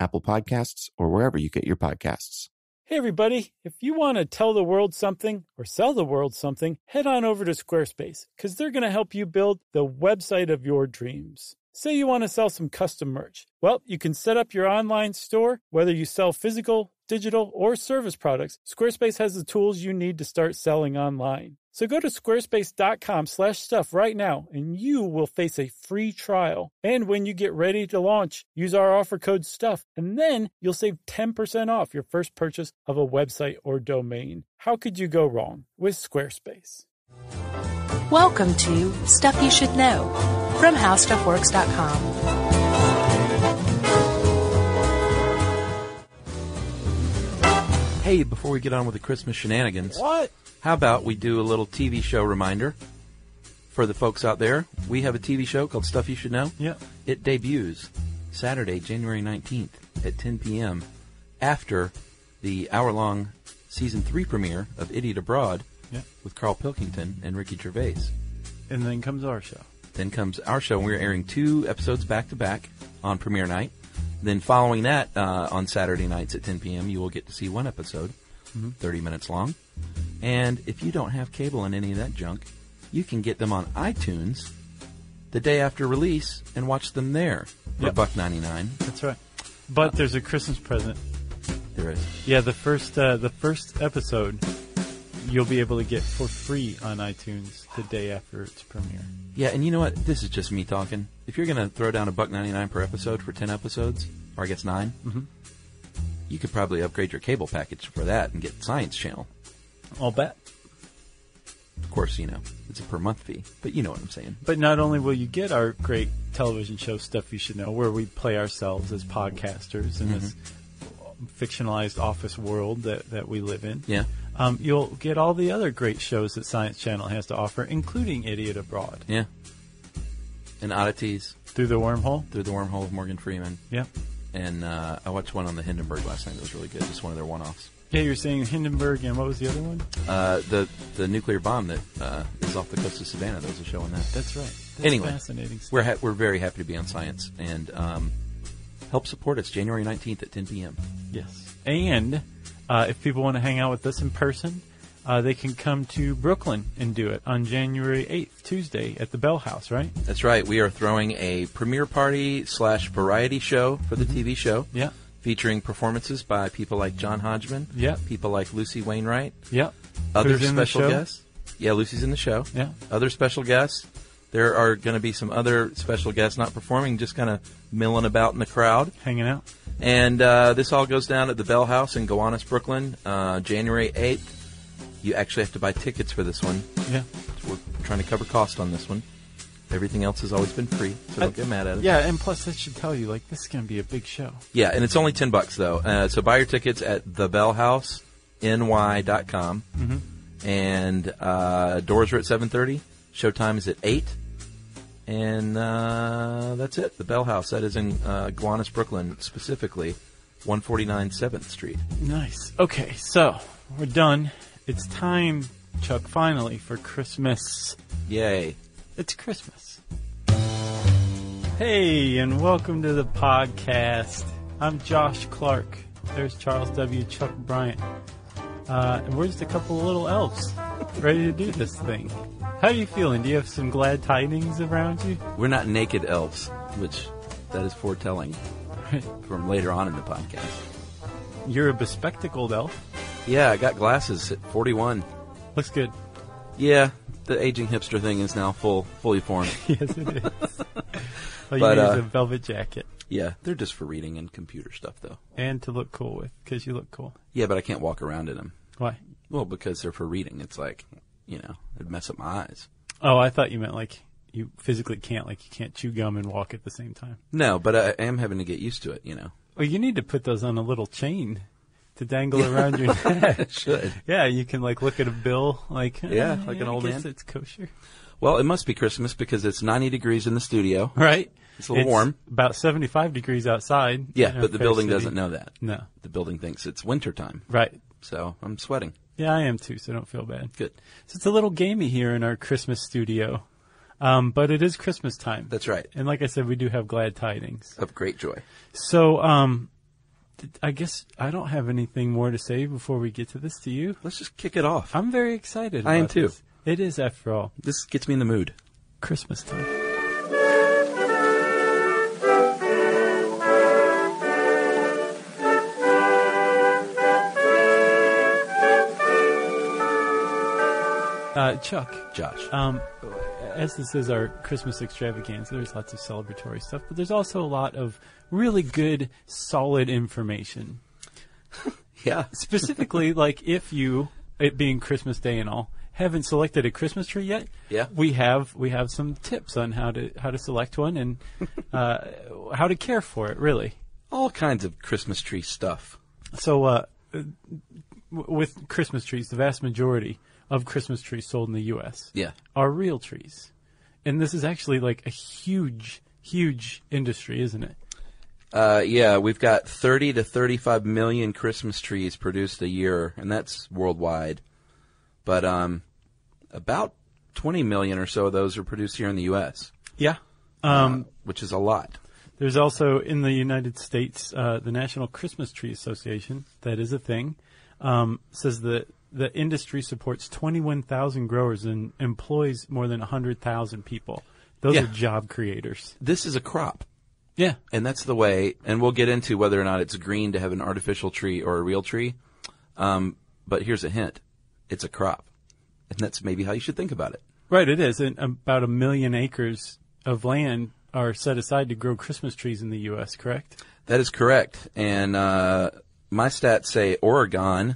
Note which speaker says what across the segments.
Speaker 1: Apple Podcasts, or wherever you get your podcasts.
Speaker 2: Hey, everybody. If you want to tell the world something or sell the world something, head on over to Squarespace because they're going to help you build the website of your dreams. Say you want to sell some custom merch. Well, you can set up your online store, whether you sell physical, digital, or service products. Squarespace has the tools you need to start selling online. So go to squarespace.com/stuff right now and you will face a free trial. And when you get ready to launch, use our offer code stuff and then you'll save 10% off your first purchase of a website or domain. How could you go wrong with Squarespace?
Speaker 3: Welcome to Stuff You Should Know from HowStuffWorks.com.
Speaker 4: Hey, before we get on with the Christmas shenanigans,
Speaker 5: What?
Speaker 4: how about we do a little TV show reminder for the folks out there? We have a TV show called Stuff You Should Know.
Speaker 5: Yeah.
Speaker 4: It debuts Saturday, January 19th at 10 p.m. after the hour long season three premiere of Idiot Abroad
Speaker 5: Yeah.
Speaker 4: with Carl Pilkington and Ricky Gervais.
Speaker 5: And then comes our show.
Speaker 4: Then comes our show. We're airing two episodes back to back on premiere night. Then, following that, uh, on Saturday nights at 10 p.m., you will get to see one episode, 30 minutes long. And if you don't have cable and any of that junk, you can get them on iTunes the day after release and watch them there for
Speaker 5: Yep.
Speaker 4: buck 99.
Speaker 5: That's right. But there's a Christmas present.
Speaker 4: There is.
Speaker 5: Yeah, the first uh, the first episode you'll be able to get for free on iTunes the day after its premiere.
Speaker 4: Yeah, and you know what? This is just me talking. If you're going to throw down a buck 99 per episode for 10 episodes, or I guess 9, you could probably upgrade your cable package for that and get Science Channel.
Speaker 5: I'll bet.
Speaker 4: Of course, you know, it's a per month fee, but you know what I'm saying.
Speaker 5: But not only will you get our great television show stuff you should know, where we play ourselves as podcasters in this Mm-hmm. fictionalized office world that, that we live in.
Speaker 4: Yeah.
Speaker 5: Um, you'll get all the other great shows that Science Channel has to offer, including Idiot Abroad,
Speaker 4: Yeah. And Oddities
Speaker 5: through the wormhole.
Speaker 4: through the wormhole of Morgan Freeman.
Speaker 5: Yeah.
Speaker 4: And uh, I watched one on the Hindenburg last night that was really good, just one of their one offs.
Speaker 5: Yeah, you're saying Hindenburg, and what was the other one?
Speaker 4: Uh, the, the nuclear bomb that uh, is off the coast of Savannah, there was a show on that.
Speaker 5: That's right. That's
Speaker 4: Anyway,
Speaker 5: fascinating. Stuff.
Speaker 4: We're, ha- we're very happy to be on Science and um, help support us January 19th at 10 p.m.
Speaker 5: Yes. And uh, if people want to hang out with us in person, uh, they can come to Brooklyn and do it on January 8th, Tuesday, at the Bell House, right?
Speaker 4: That's right. We are throwing a premiere party slash variety show for the TV show.
Speaker 5: Mm-hmm. Yeah.
Speaker 4: Featuring performances by people like John Hodgman.
Speaker 5: Yeah.
Speaker 4: People like Lucy Wainwright.
Speaker 5: Yep.
Speaker 4: Other
Speaker 5: Who's in the
Speaker 4: special
Speaker 5: show?
Speaker 4: guests. Yeah, Lucy's in the show.
Speaker 5: Yeah.
Speaker 4: Other special guests. There are going to be some other special guests not performing, just kind of milling about in the crowd.
Speaker 5: Hanging out.
Speaker 4: And uh, this all goes down at the Bell House in Gowanus, Brooklyn, uh, January 8th. You actually have to buy tickets for this one.
Speaker 5: Yeah.
Speaker 4: We're trying to cover cost on this one. Everything else has always been free, so don't get mad at us.
Speaker 5: Yeah, and plus that should tell you, like, this is going to be a big show.
Speaker 4: Yeah, and it's only 10 bucks though. Uh, so buy your tickets at thebellhouseny.com. Mm-hmm. And uh, doors are at 7:30, showtime is at 8. And uh, that's it. The Bell House that is in uh, Gowanus, Brooklyn, specifically 149 7th Street.
Speaker 5: Nice. Okay, so we're done. It's time, Chuck, finally, for Christmas.
Speaker 4: Yay.
Speaker 5: It's Christmas. Hey, and welcome to the podcast. I'm Josh Clark. There's Charles W. Chuck Bryant. Uh, and we're just a couple of little elves ready to do this thing. How are you feeling? Do you have some glad tidings around you?
Speaker 4: We're not naked elves, which that is foretelling from later on in the podcast.
Speaker 5: You're a bespectacled elf.
Speaker 4: Yeah, I got glasses at 41.
Speaker 5: Looks good.
Speaker 4: Yeah, the aging hipster thing is now full fully formed.
Speaker 5: Yes, it is. All you
Speaker 4: But,
Speaker 5: need
Speaker 4: uh,
Speaker 5: is a velvet jacket
Speaker 4: Yeah, they're just for reading and computer stuff, though.
Speaker 5: and to look cool with because you look cool.
Speaker 4: Yeah, but I can't walk around in them.
Speaker 5: Why?
Speaker 4: Well, because they're for reading. It's like, you know, it'd mess up my eyes.
Speaker 5: Oh, I thought you meant like you physically can't, like you can't chew gum and walk at the same time.
Speaker 4: No, but I am having to get used to it, you know.
Speaker 5: Well, you need to put those on a little chain to dangle around your neck.
Speaker 4: It should.
Speaker 5: Yeah, you can like look at a bill, like
Speaker 4: Yeah,
Speaker 5: "Eh,
Speaker 4: like an
Speaker 5: I
Speaker 4: old
Speaker 5: guess
Speaker 4: man."
Speaker 5: It's kosher,
Speaker 4: Well, it must be Christmas because it's 90 degrees in the studio.
Speaker 5: right?
Speaker 4: It's a little warm.
Speaker 5: About seventy-five degrees outside.
Speaker 4: Yeah,
Speaker 5: you know,
Speaker 4: but the
Speaker 5: Fair
Speaker 4: building
Speaker 5: City.
Speaker 4: doesn't know that.
Speaker 5: No,
Speaker 4: The building thinks it's wintertime.
Speaker 5: right?
Speaker 4: So I'm sweating.
Speaker 5: Yeah, I am too, so don't feel bad.
Speaker 4: Good.
Speaker 5: So it's a little gamey here in our Christmas studio, um, but it is Christmas time.
Speaker 4: That's right.
Speaker 5: and like I said, we do have glad tidings.
Speaker 4: Of great joy.
Speaker 5: So, um, th- I guess I don't have anything more to say before we get to this. Do you?
Speaker 4: Let's just kick it off.
Speaker 5: I'm very excited.
Speaker 4: I am
Speaker 5: about
Speaker 4: too.
Speaker 5: this. It is, after all,
Speaker 4: This gets me in the mood.
Speaker 5: Christmas time. Uh, Chuck,
Speaker 4: Josh.
Speaker 5: um, as this is our Christmas extravaganza, there's lots of celebratory stuff, but there's also a lot of really good, solid information
Speaker 4: yeah.
Speaker 5: specifically like if you it being christmas day and all haven't selected a christmas tree yet
Speaker 4: Yeah.
Speaker 5: we have we have some tips on how to how to select one and uh, how to care for it really
Speaker 4: All kinds of Christmas tree stuff.
Speaker 5: so uh, uh, w- with christmas trees the vast majority of christmas trees sold in the us
Speaker 4: Yeah.
Speaker 5: are real trees and this is actually like a huge huge industry isn't it
Speaker 4: Uh, yeah, we've got 30 to 35 million Christmas trees produced a year, and that's worldwide. But um, about 20 million or so of those are produced here in the U.S.,
Speaker 5: yeah um,
Speaker 4: which is a lot.
Speaker 5: There's also in the United States uh, the National Christmas Tree Association. That is a thing. Um, says the the industry supports 21,000 growers and employs more than 100,000 people. Those
Speaker 4: Yeah.
Speaker 5: are job creators.
Speaker 4: This is a crop,
Speaker 5: Yeah.
Speaker 4: and that's the way. And we'll get into whether or not it's green to have an artificial tree or a real tree. Um, but here's a hint: it's a crop, and that's maybe how you should think about it.
Speaker 5: Right. It is. And about a million acres of land are set aside to grow Christmas trees in the U.S. Correct?
Speaker 4: That is correct. And uh, my stats say Oregon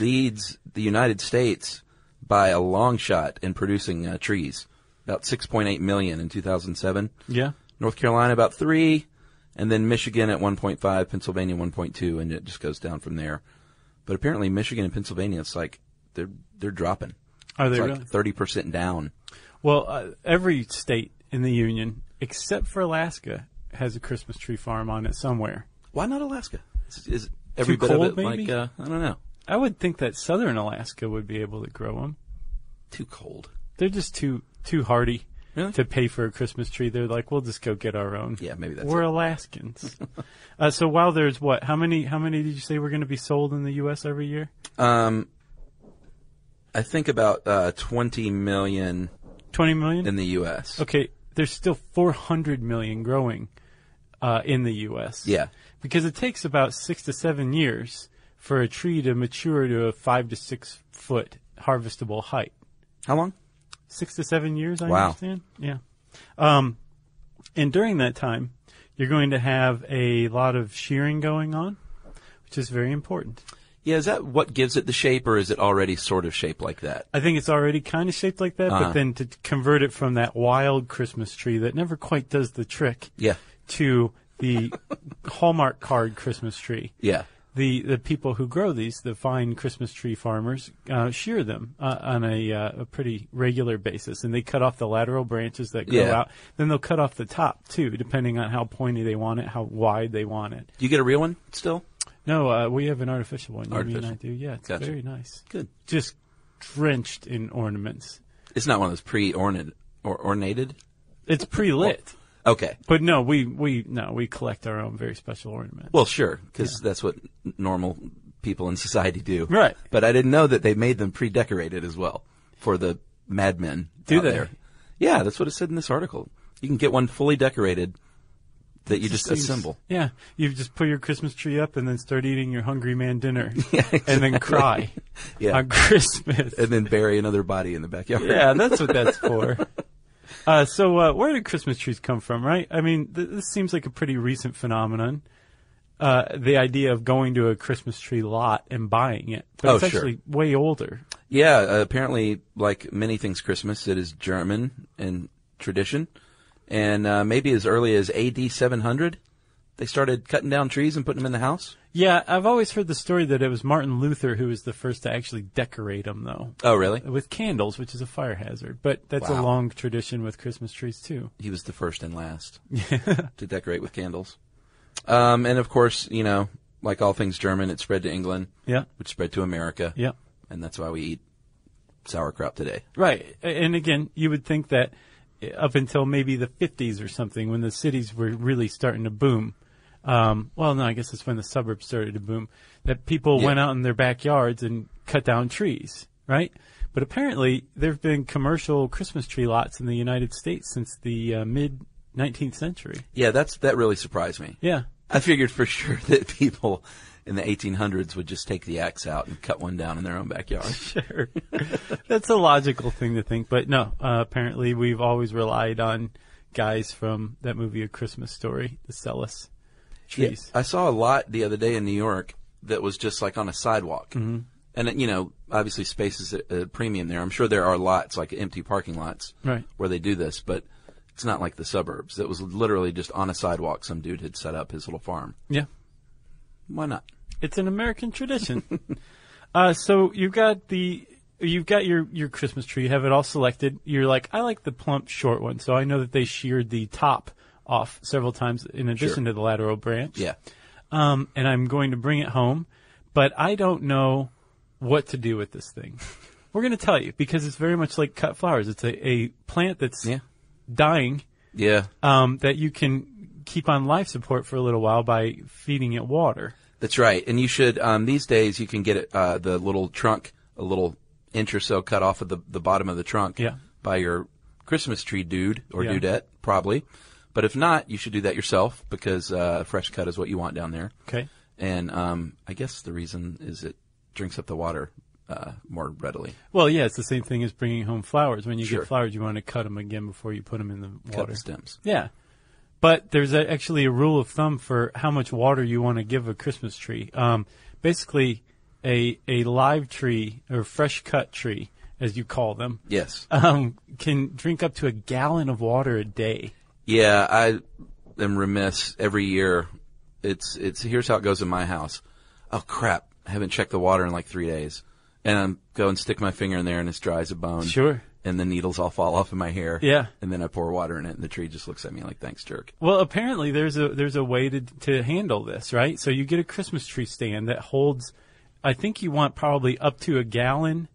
Speaker 4: leads the United States by a long shot in producing uh, trees, about 6.8 million in 2007.
Speaker 5: Yeah.
Speaker 4: North Carolina about three, and then Michigan at 1.5, Pennsylvania 1.2, and it just goes down from there. But apparently, Michigan and Pennsylvania, it's like they're they're dropping.
Speaker 5: Are they
Speaker 4: It's
Speaker 5: Oh, really?
Speaker 4: like 30 percent down.
Speaker 5: Well, uh, every state in the union except for Alaska has a Christmas tree farm on it somewhere.
Speaker 4: Why not Alaska? Is, is every
Speaker 5: Too
Speaker 4: bit
Speaker 5: cold,
Speaker 4: of it
Speaker 5: maybe?
Speaker 4: like uh, I don't know,
Speaker 5: I would think that southern Alaska would be able to grow them.
Speaker 4: too cold.
Speaker 5: They're just too too hardy
Speaker 4: Really?
Speaker 5: to pay for a Christmas tree. They're like, we'll just go get our own.
Speaker 4: Yeah, maybe that's
Speaker 5: we're
Speaker 4: it.
Speaker 5: Alaskans. uh, so while there's what? How many? How many did you say were going to be sold in the U.S. every year?
Speaker 4: Um, I think about uh, 20 million
Speaker 5: Twenty million.
Speaker 4: in the U.S.
Speaker 5: okay, there's still 400 million growing uh, in the U.S.
Speaker 4: Yeah.
Speaker 5: because it takes about six to seven years for a tree to mature to a five to six foot harvestable height.
Speaker 4: How long?
Speaker 5: six to seven years. I
Speaker 4: Wow.
Speaker 5: understand. Yeah. Um, and during that time, you're going to have a lot of shearing going on, which is very important.
Speaker 4: Yeah, is that what gives it the shape, or is it already sort of shaped like that?
Speaker 5: I think it's already kind of shaped like that,
Speaker 4: Uh-huh.
Speaker 5: but then to convert it from that wild Christmas tree that never quite does the trick
Speaker 4: Yeah,
Speaker 5: to the Hallmark card Christmas tree.
Speaker 4: yeah.
Speaker 5: the the people who grow these, the fine Christmas tree farmers, uh, shear them uh, on a, uh, a pretty regular basis, and they cut off the lateral branches that grow
Speaker 4: Yeah.
Speaker 5: out. Then they'll cut off the top too, depending on how pointy they want it, how wide they want it.
Speaker 4: Do you get a real one still?
Speaker 5: No, uh, we have an artificial one. You
Speaker 4: Artificial.
Speaker 5: mean I do? Yeah, it's
Speaker 4: Gotcha.
Speaker 5: very nice.
Speaker 4: Good.
Speaker 5: Just drenched in ornaments.
Speaker 4: It's not one of those pre-ornated or ornated.
Speaker 5: It's pre-lit,
Speaker 4: Okay.
Speaker 5: but no, we we no, we collect our own very special ornaments.
Speaker 4: Well, sure, because that's what n- normal people in society do.
Speaker 5: Right.
Speaker 4: But I didn't know that they made them pre-decorated as well for the madmen.
Speaker 5: Do
Speaker 4: out
Speaker 5: they?
Speaker 4: There. Yeah, that's what it said in this article. You can get one fully decorated that you just
Speaker 5: seems-
Speaker 4: assemble.
Speaker 5: Yeah, you just put your Christmas tree up and then start eating your hungry man dinner, and then cry
Speaker 4: Yeah.
Speaker 5: on Christmas.
Speaker 4: and then bury another body in the backyard.
Speaker 5: yeah, that's what that's for. Uh, so, uh, where did Christmas trees come from? Right? I mean, th- this seems like a pretty recent phenomenon. Uh, the idea of going to a Christmas tree lot and buying it, but
Speaker 4: Oh,
Speaker 5: it's
Speaker 4: sure.
Speaker 5: actually way older.
Speaker 4: Yeah, uh, apparently, like many things Christmas, it is German in tradition. And uh, maybe as early as AD 700, They started cutting down trees and putting them in the house.
Speaker 5: Yeah, I've always heard the story that it was Martin Luther who was the first to actually decorate them, though,
Speaker 4: Oh, really?
Speaker 5: with candles, which is a fire hazard. But that's
Speaker 4: Wow.
Speaker 5: a long tradition with Christmas trees too.
Speaker 4: He was the first and last to decorate with candles. Um, and of course, you know, like all things German, it spread to England,
Speaker 5: Yeah,
Speaker 4: which spread to America.
Speaker 5: yeah.
Speaker 4: And that's why we eat sauerkraut today.
Speaker 5: Right. And again, you would think that eh, up until maybe the 50s or something, when the cities were really starting to boom, um, well, no, I guess that's when the suburbs started to boom, that people
Speaker 4: Yeah.
Speaker 5: went out in their backyards and cut down trees, right? But apparently, there have been commercial Christmas tree lots in the United States since the uh, mid 19th century.
Speaker 4: Yeah, that's that really surprised me.
Speaker 5: Yeah.
Speaker 4: I figured for sure that people in the 1800s would just take the axe out and cut one down in their own backyard.
Speaker 5: Sure. That's a logical thing to think, but no, uh, apparently we've always relied on guys from that movie A Christmas Story to sell us trees.
Speaker 4: I saw a lot the other day in New York that was just like on a sidewalk. Mm-hmm. And, you know, obviously space is a, a premium there. I'm sure there are lots, like empty parking lots,
Speaker 5: Right.
Speaker 4: where they do this, but it's not like the suburbs. It was literally just on a sidewalk. Some dude had set up his little farm.
Speaker 5: Yeah.
Speaker 4: Why not?
Speaker 5: It's an American tradition. uh, so you've got the you've got your your Christmas tree. You have it all selected. You're like, I like the plump short one, so I know that they sheared the top off several times in addition to the lateral branch.
Speaker 4: Yeah.
Speaker 5: um, and I'm going to bring it home, but I don't know what to do with this thing. We're going to tell you because it's very much like cut flowers. It's a, a plant that's
Speaker 4: Yeah.
Speaker 5: dying
Speaker 4: Yeah.
Speaker 5: um, that you can keep on life support for a little while by feeding it water.
Speaker 4: That's right. And you should, um, these days you can get it, uh, the little trunk, a little inch or so cut off of the, the bottom of the trunk
Speaker 5: Yeah.
Speaker 4: by your Christmas tree dude or
Speaker 5: Yeah.
Speaker 4: dudette, probably. But if not, you should do that yourself because, uh, fresh cut is what you want down there.
Speaker 5: Okay.
Speaker 4: And, um, I guess the reason is it drinks up the water, uh, more readily.
Speaker 5: Well, yeah, it's the same thing as bringing home flowers. When you
Speaker 4: Sure.
Speaker 5: get flowers, you want to cut them again before you put them in the
Speaker 4: Cut
Speaker 5: water.
Speaker 4: the stems.
Speaker 5: Yeah. But there's a, actually a rule of thumb for how much water you want to give a Christmas tree. Um, basically, a a live tree or fresh cut tree, as you call them,
Speaker 4: Yes.
Speaker 5: um, can drink up to a gallon of water a day.
Speaker 4: Yeah, I am remiss every year. It's it's here's how it goes in my house. Oh crap! I haven't checked the water in like three days, and I'm go and stick my finger in there, and it's dry as a bone.
Speaker 5: Sure.
Speaker 4: And the needles all fall off in my hair.
Speaker 5: Yeah.
Speaker 4: And then I pour water in it, and the tree just looks at me like, "Thanks, jerk."
Speaker 5: Well, apparently there's a there's a way to to handle this, right? So you get a Christmas tree stand that holds, I think you want probably up to a gallon,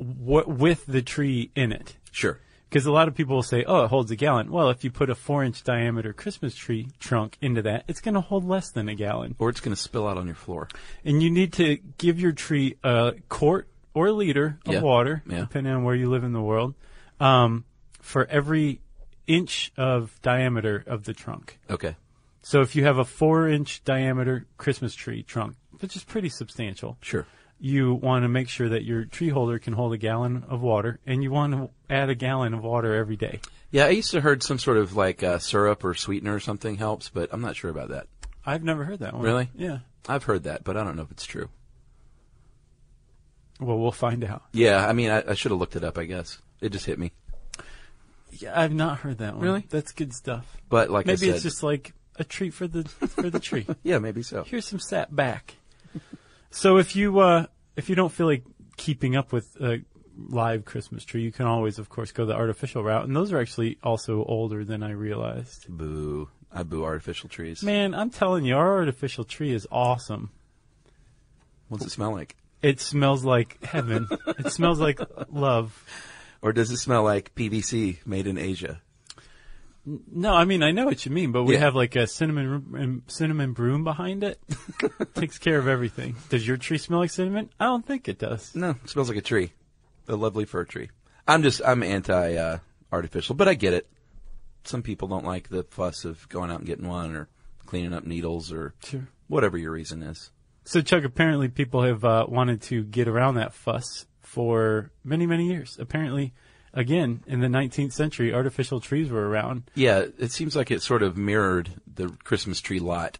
Speaker 5: w- with the tree in it.
Speaker 4: Sure.
Speaker 5: Because a lot of people will say, oh, it holds a gallon. Well, if you put a four inch diameter Christmas tree trunk into that, it's going to hold less than a gallon.
Speaker 4: Or it's gonna spill out on your floor.
Speaker 5: And you need to give your tree a quart or a liter of
Speaker 4: Yeah.
Speaker 5: water,
Speaker 4: Yeah.
Speaker 5: depending on where you live in the world, um, for every inch of diameter of the trunk.
Speaker 4: Okay.
Speaker 5: So if you have a four inch diameter Christmas tree trunk, which is pretty substantial,
Speaker 4: Sure.
Speaker 5: you want to make sure that your tree holder can hold a gallon of water and you want to add a gallon of water every day.
Speaker 4: Yeah, I used to heard some sort of like uh, syrup or sweetener or something helps, but I'm not sure about that.
Speaker 5: I've never heard that one.
Speaker 4: Really?
Speaker 5: Yeah.
Speaker 4: I've heard that, but I don't know if it's true.
Speaker 5: Well, we'll find out.
Speaker 4: Yeah, I mean, I, I should have looked it up. I guess it just hit me.
Speaker 5: Yeah, I've not heard that one.
Speaker 4: Really?
Speaker 5: That's good stuff.
Speaker 4: But like I
Speaker 5: Maybe
Speaker 4: said,
Speaker 5: it's just like a treat for the for the tree.
Speaker 4: yeah, maybe so.
Speaker 5: Here's some sap back. so if you uh, if you don't feel like keeping up with a live Christmas tree, you can always, of course, go the artificial route, and those are actually also older than I realized.
Speaker 4: Boo. I boo artificial trees.
Speaker 5: Man, I'm telling you, our artificial tree is awesome.
Speaker 4: What's it smell like?
Speaker 5: It smells like heaven. it smells like love.
Speaker 4: Or does it smell like PVC made in Asia?
Speaker 5: No, I mean I know what you mean, but we
Speaker 4: Yeah.
Speaker 5: have like a cinnamon ro- um, cinnamon broom behind it. Takes care of everything. Does your tree smell like cinnamon? I don't think it does.
Speaker 4: No, it smells like a tree. A lovely fir tree. I'm just, I'm anti uh, artificial, but I get it. Some people don't like the fuss of going out and getting one or cleaning up needles or
Speaker 5: Sure.
Speaker 4: whatever your reason is.
Speaker 5: So Chuck, apparently people have uh, wanted to get around that fuss for many many years. Apparently, again in the 19th century, artificial trees were around.
Speaker 4: Yeah, it seems like it sort of mirrored the Christmas tree lot,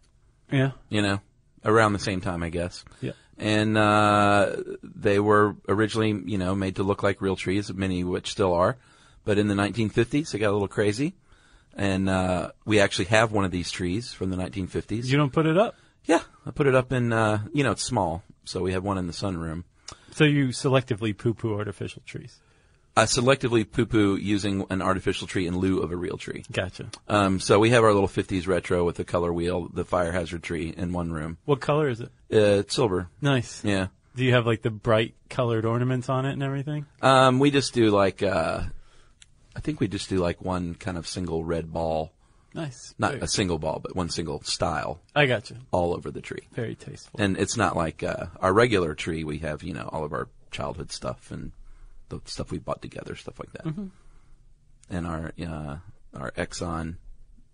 Speaker 5: Yeah.
Speaker 4: you know, around the same time, I guess.
Speaker 5: Yeah.
Speaker 4: and uh, they were originally, you know, made to look like real trees, many of which still are. But in the 1950s, they got a little crazy, and uh, we actually have one of these trees from the 1950s.
Speaker 5: You don't put it up.
Speaker 4: yeah, I put it up in. Uh, you know, it's small, so we have one in the sunroom.
Speaker 5: So you selectively poo poo artificial trees.
Speaker 4: I selectively poo-poo using an artificial tree in lieu of a real tree.
Speaker 5: Gotcha.
Speaker 4: Um, so we have our little 50s retro with the color wheel, the fire hazard tree in one room.
Speaker 5: What color is it?
Speaker 4: Uh, it's silver.
Speaker 5: Nice.
Speaker 4: Yeah.
Speaker 5: Do you have like the bright colored ornaments on it and everything?
Speaker 4: Um, we just do like, uh, I think we just do like one kind of single red ball,
Speaker 5: Nice.
Speaker 4: not
Speaker 5: Very-
Speaker 4: a single ball, but one single style
Speaker 5: I gotcha.
Speaker 4: all over the tree.
Speaker 5: Very tasteful.
Speaker 4: And it's not like, uh, our regular tree. We have, you know, all of our childhood stuff and the stuff we bought together, stuff like that. And our, uh, our Exxon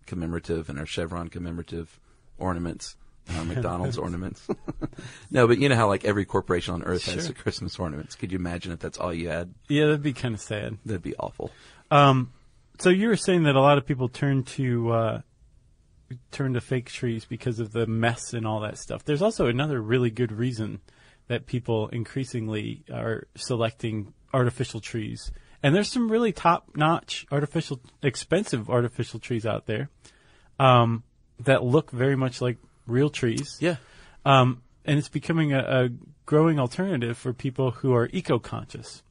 Speaker 4: commemorative and our Chevron commemorative ornaments. and Our McDonald's ornaments. no, but you know how like every corporation on earth has the
Speaker 5: Sure.
Speaker 4: Christmas ornaments. Could you imagine if that's all you had?
Speaker 5: yeah, that'd be kind of sad.
Speaker 4: That'd be awful.
Speaker 5: Um, so you were saying that a lot of people turn to uh, turn to fake trees because of the mess and all that stuff. There's also another really good reason that people increasingly are selecting artificial trees, and there's some really top notch artificial, expensive artificial trees out there um, that look very much like real trees.
Speaker 4: Yeah.
Speaker 5: Um, and it's becoming a, a growing alternative for people who are eco-conscious.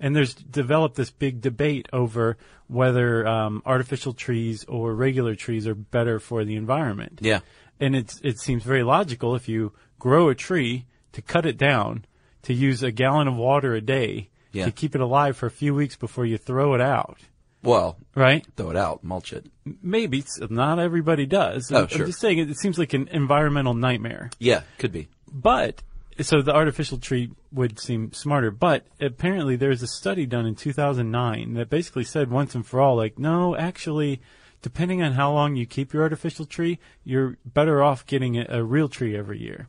Speaker 5: And there's developed this big debate over whether um, artificial trees or regular trees are better for the environment.
Speaker 4: Yeah.
Speaker 5: And it's it seems very logical if you grow a tree to cut it down to use a gallon of water a day
Speaker 4: Yeah.
Speaker 5: to keep it alive for a few weeks before you throw it out,
Speaker 4: Well,
Speaker 5: right?
Speaker 4: throw it out, mulch it.
Speaker 5: Maybe it's, not everybody does.
Speaker 4: Oh,
Speaker 5: I'm-
Speaker 4: sure.
Speaker 5: I'm just saying it, it seems like an environmental nightmare.
Speaker 4: Yeah, could be.
Speaker 5: But so the artificial tree would seem smarter. But apparently, there was a study done in 2009 that basically said once and for all, like, no, actually, depending on how long you keep your artificial tree, you're better off getting a, a real tree every year.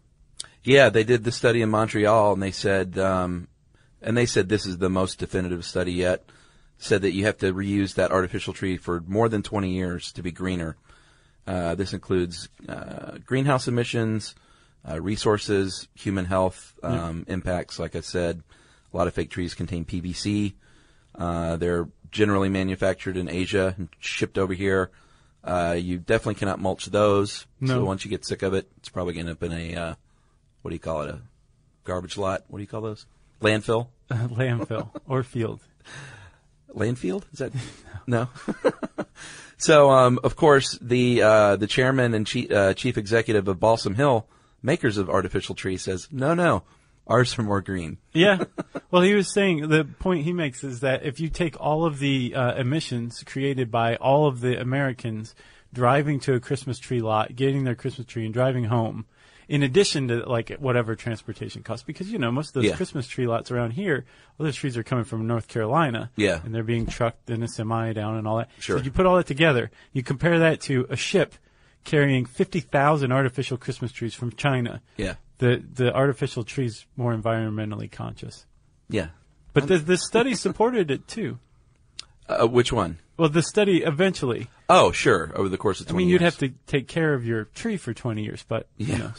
Speaker 4: Yeah, they did the study in Montreal, and they said, um, and they said this is the most definitive study yet. Said that you have to reuse that artificial tree for more than 20 years to be greener. Uh, this includes uh, greenhouse emissions, uh, resources, human health um, impacts. Like I said, a lot of fake trees contain PVC. Uh, they're generally manufactured in Asia and shipped over here. Uh, you definitely cannot mulch those.
Speaker 5: No.
Speaker 4: So once you get sick of it, it's probably going to end up in a uh, what do you call it? A garbage lot? What do you call those? Landfill?
Speaker 5: Landfill or field.
Speaker 4: Landfield? Is that no? so, um, of course, the uh, the chairman and chief, uh, chief executive of Balsam Hill, makers of artificial trees, says, "No, no, ours are more green."
Speaker 5: Yeah. Well, he was saying the point he makes is that if you take all of the uh, emissions created by all of the Americans driving to a Christmas tree lot, getting their Christmas tree, and driving home, in addition to like whatever transportation costs, because you know most of those
Speaker 4: Yeah.
Speaker 5: Christmas tree lots around here, all those trees are coming from North Carolina,
Speaker 4: Yeah.
Speaker 5: and they're being trucked in a semi down and all that.
Speaker 4: Sure.
Speaker 5: So you put all that together, you compare that to a ship carrying fifty thousand artificial Christmas trees from China
Speaker 4: Yeah,
Speaker 5: the the artificial trees more environmentally conscious.
Speaker 4: yeah.
Speaker 5: But the the study supported it too.
Speaker 4: Uh, which one?
Speaker 5: Well, the study eventually.
Speaker 4: Oh, sure. Over the course of
Speaker 5: I
Speaker 4: 20
Speaker 5: mean, you'd
Speaker 4: years.
Speaker 5: have to take care of your tree for twenty years, but
Speaker 4: Yeah.
Speaker 5: you know,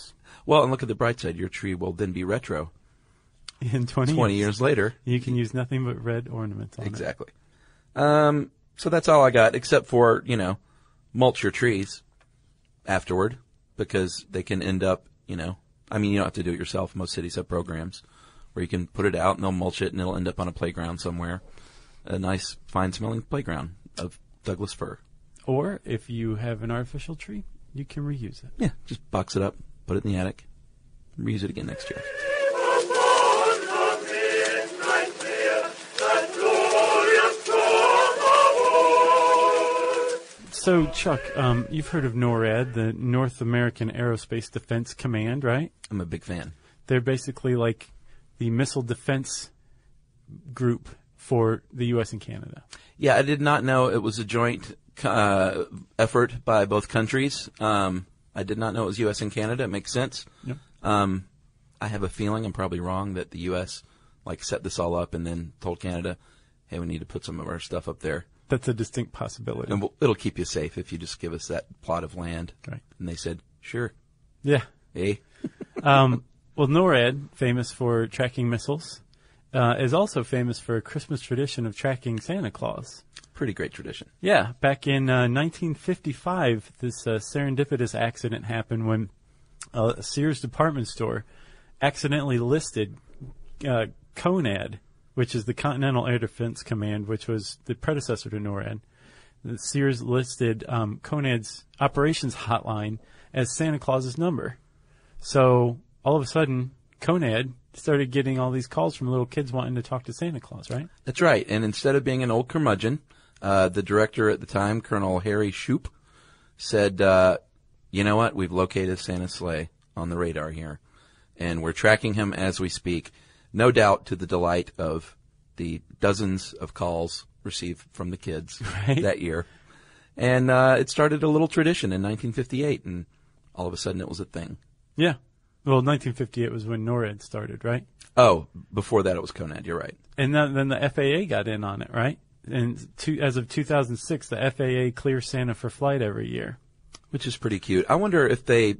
Speaker 4: Well, and look at the bright side. Your tree will then be retro
Speaker 5: in twenty
Speaker 4: 20 years later.
Speaker 5: you can use nothing but red ornaments on it.
Speaker 4: Exactly. Um, so that's all I got, except for, you know, mulch your trees afterward because they can end up, you know, I mean, you don't have to do it yourself. Most cities have programs where you can put it out and they'll mulch it and it'll end up on a playground somewhere. A nice, fine smelling playground of Douglas fir.
Speaker 5: Or if you have an artificial tree, you can reuse it.
Speaker 4: Yeah, just box it up, put it in the attic, reuse it again next year.
Speaker 5: So, Chuck, um, you've heard of NORAD, the North American Aerospace Defense Command, right?
Speaker 4: I'm a big fan.
Speaker 5: They're basically like the missile defense group for the U.S. and Canada.
Speaker 4: Yeah, I did not know it was a joint uh, effort by both countries. Um, I did not know it was U.S. and Canada. It makes sense.
Speaker 5: Yep.
Speaker 4: Um, I have a feeling I'm probably wrong that the U.S. like set this all up and then told Canada, "Hey, we need to put some of our stuff up there,
Speaker 5: That's a distinct possibility.
Speaker 4: and we'll, it'll keep you safe if you just give us that plot of land."
Speaker 5: Right.
Speaker 4: And they said, "Sure."
Speaker 5: Yeah.
Speaker 4: Hey,
Speaker 5: Um, well, NORAD, famous for tracking missiles, uh, is also famous for a Christmas tradition of tracking Santa Claus.
Speaker 4: Pretty great tradition.
Speaker 5: Yeah, back in uh, 1955, this uh, serendipitous accident happened when uh, a Sears department store accidentally listed uh, CONAD, which is the Continental Air Defense Command, which was the predecessor to NORAD. The Sears listed um, CONAD's operations hotline as Santa Claus's number. So all of a sudden, CONAD started getting all these calls from little kids wanting to talk to Santa Claus, right?
Speaker 4: That's right. And instead of being an old curmudgeon, uh, the director at the time, Colonel Harry Shoup, said, uh, "You know what? We've located Santa's sleigh on the radar here, and we're tracking him as we speak. No doubt, to the delight of the dozens of calls received from the kids
Speaker 5: Right.
Speaker 4: that year." And uh, it started a little tradition in 1958, and all of a sudden it was a thing.
Speaker 5: Yeah. Well, 1958 was when NORAD started, right?
Speaker 4: Oh, before that it was Conad. You're right.
Speaker 5: And then, then the FAA got in on it, right? And two, as of 2006, the FAA clears Santa for flight every year.
Speaker 4: which is pretty cute. I wonder if they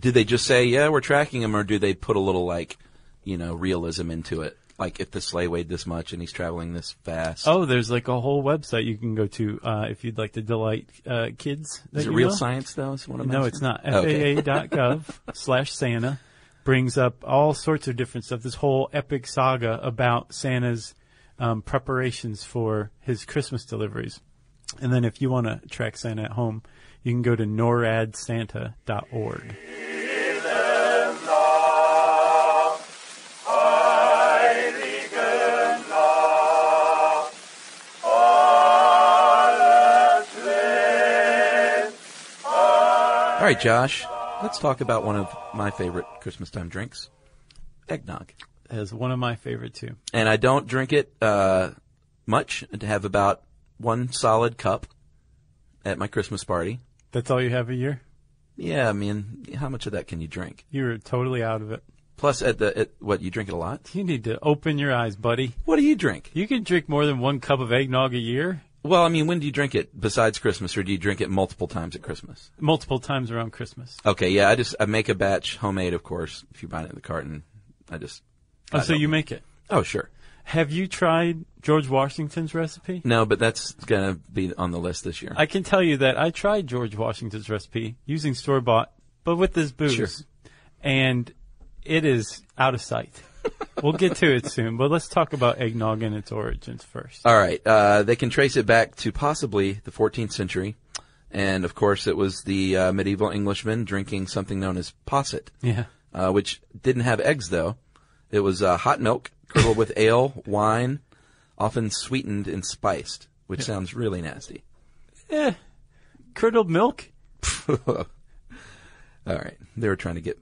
Speaker 4: did they just say, "Yeah, we're tracking him," or do they put a little like, you know, realism into it? Like if the sleigh weighed this much and he's traveling this fast.
Speaker 5: Oh, there's like a whole website you can go to uh, if you'd like to delight uh, kids. that
Speaker 4: is it
Speaker 5: you
Speaker 4: real
Speaker 5: know.
Speaker 4: science though? Is what I'm
Speaker 5: No,
Speaker 4: asking?
Speaker 5: it's not.
Speaker 4: Okay.
Speaker 5: FAA.gov slash Santa brings up all sorts of different stuff. This whole epic saga about Santa's um, preparations for his Christmas deliveries. And then if you want to track Santa at home, you can go to noradsanta.org.
Speaker 4: All right, Josh. Let's talk about one of my favorite Christmas time drinks, eggnog.
Speaker 5: As one of my favorite too.
Speaker 4: And I don't drink it uh, much. I have about one solid cup at my Christmas party.
Speaker 5: That's all you have a year?
Speaker 4: Yeah, I mean, how much of that can you drink?
Speaker 5: You're totally out of it.
Speaker 4: Plus, at the at what you drink it a lot.
Speaker 5: You need to open your eyes, buddy.
Speaker 4: What do you drink?
Speaker 5: You can drink more than one cup of eggnog a year,
Speaker 4: Well, I mean, when do you drink it besides Christmas, or do you drink it multiple times at Christmas?
Speaker 5: multiple times around Christmas.
Speaker 4: Okay, yeah, I just I make a batch homemade, of course. If you buy it in the carton, I just
Speaker 5: Oh,
Speaker 4: I
Speaker 5: so
Speaker 4: don't-
Speaker 5: you make it.
Speaker 4: oh sure
Speaker 5: Have you tried George Washington's recipe?
Speaker 4: no, but that's gonna be on the list this year.
Speaker 5: I can tell you that I tried George Washington's recipe using store bought, but with this booze.
Speaker 4: Sure.
Speaker 5: And it is out of sight. we'll get to it soon, but let's talk about eggnog and its origins first.
Speaker 4: All right, uh, they can trace it back to possibly the 14th century, and of course, it was the uh, medieval Englishman drinking something known as posset,
Speaker 5: Yeah.
Speaker 4: uh, which didn't have eggs though. It was uh, hot milk curdled with ale, wine, often sweetened and spiced, which sounds really nasty.
Speaker 5: Eh. Curdled milk?
Speaker 4: All right. They were trying to get